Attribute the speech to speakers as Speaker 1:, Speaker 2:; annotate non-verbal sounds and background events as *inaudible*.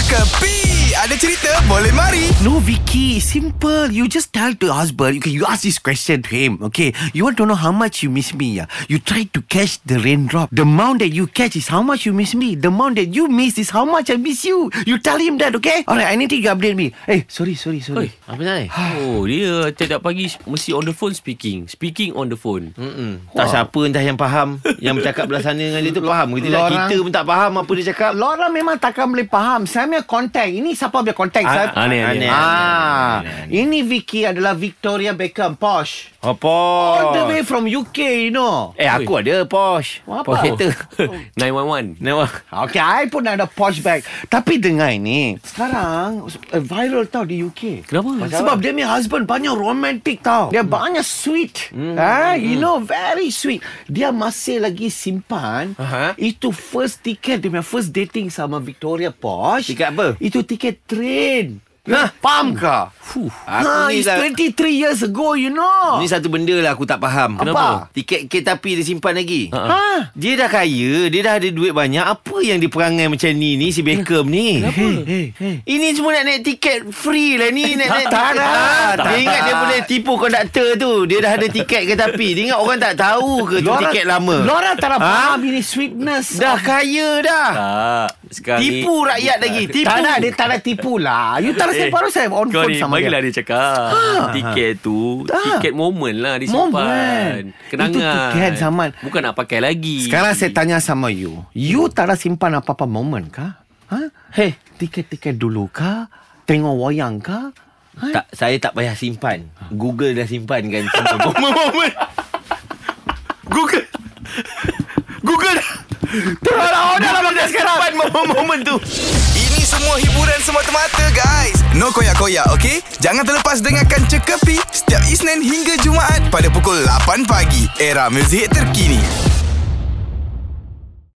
Speaker 1: Kepi Ada cerita boleh mari
Speaker 2: No, Vicky, simple. You just tell to husband. Okay, you ask this question to him. Okay, you want to know how much you miss me? Yeah, you try to catch the raindrop. The amount that you catch is how much you miss me. The amount that you miss is how much I miss you. You tell him that, okay? All right, anything you update me. Hey, sorry, sorry,
Speaker 3: Oi,
Speaker 2: sorry.
Speaker 3: apa ni? Oh, dia tiap pagi mesti on the phone speaking. Speaking on the phone.
Speaker 4: Mm-mm. Tak siapa entah yang faham Yang bercakap belah sana dengan dia tu faham ke tidak
Speaker 2: Lorang-
Speaker 4: Kita pun tak faham apa dia cakap
Speaker 2: Laura memang takkan boleh faham. Saya punya contact. Ini siapa punya contact?
Speaker 4: Ah,
Speaker 2: Saya...
Speaker 3: ah, ni, ah, ni.
Speaker 2: Ah, ini Vicky adalah Victoria Beckham, Posh.
Speaker 4: Apa?
Speaker 2: All the way from UK, you know.
Speaker 4: Eh aku
Speaker 3: *laughs*
Speaker 4: ada Porsche
Speaker 2: Apa?
Speaker 4: Porsche kereta
Speaker 3: 911.
Speaker 4: Nama
Speaker 2: Okay, I pun ada Porsche bag. Tapi dengar ni, sekarang eh, viral tau di UK.
Speaker 3: Kenapa?
Speaker 2: Sebab dia punya husband banyak romantic tau. Dia banyak sweet.
Speaker 4: Hmm.
Speaker 2: Ah, you know, very sweet. Dia masih lagi simpan.
Speaker 4: Aha.
Speaker 2: Itu first ticket dia punya first dating sama Victoria Porsche.
Speaker 4: Tiket apa?
Speaker 2: Itu tiket train. Nah, faham ke?
Speaker 3: Fuh.
Speaker 2: Ha,
Speaker 4: Aku ni
Speaker 2: it's
Speaker 4: dah
Speaker 2: 23 years ago, you know.
Speaker 4: Ni satu benda lah aku tak faham
Speaker 2: Kenapa?
Speaker 4: Tiket kereta api dia simpan lagi
Speaker 2: Ha?
Speaker 4: Dia dah kaya Dia dah ada duit banyak Apa yang dia perangai macam ni ni Si Beckham ni
Speaker 2: Hey, hey.
Speaker 4: Ini semua nak naik tiket free lah ni nak
Speaker 2: Tak,
Speaker 4: naik tiket.
Speaker 2: tak,
Speaker 4: Ah,
Speaker 2: tak,
Speaker 4: Dia
Speaker 2: tak.
Speaker 4: ingat dia boleh tipu konduktor tu. Dia dah ada tiket kereta api. Dia ingat orang tak tahu ke tu
Speaker 2: Lora-
Speaker 4: tiket lama.
Speaker 2: Lora tak nak
Speaker 4: Ha?
Speaker 2: faham ini sweetness.
Speaker 4: Dah kaya dah.
Speaker 3: Tak. Sekarang
Speaker 4: Tipu rakyat lagi. Tipu.
Speaker 2: Tak nak, dia tak nak tipu lah. You tak nak
Speaker 3: Eh,
Speaker 2: tipu, baru saya on
Speaker 3: Kau
Speaker 2: phone
Speaker 3: ni
Speaker 2: sama
Speaker 3: bagilah
Speaker 2: dia. Ha.
Speaker 3: dia cakap Tiket tu
Speaker 2: Tak.
Speaker 3: Tiket moment lah Dia simpan
Speaker 2: Moment.
Speaker 3: Kenangan
Speaker 2: Itu tiket zaman.
Speaker 3: Bukan nak pakai lagi
Speaker 2: Sekarang saya tanya sama you. You tak ada simpan apa-apa moment kah? Ha? Hei, tiket-tiket dulu kah? Tengok wayang kah? Ha?
Speaker 4: Tak, saya tak payah simpan. Google dah simpan kan. *laughs* Moment-moment. Google. Google dah. Terhalang orang dah pakai sekarang. Simpan moment-moment tu.
Speaker 1: Ini semua hiburan semata-mata guys No koyak-koyak ok Jangan terlepas dengarkan Cekapi Setiap Isnin hingga Jumaat Pada pukul 8 pagi Era muzik terkini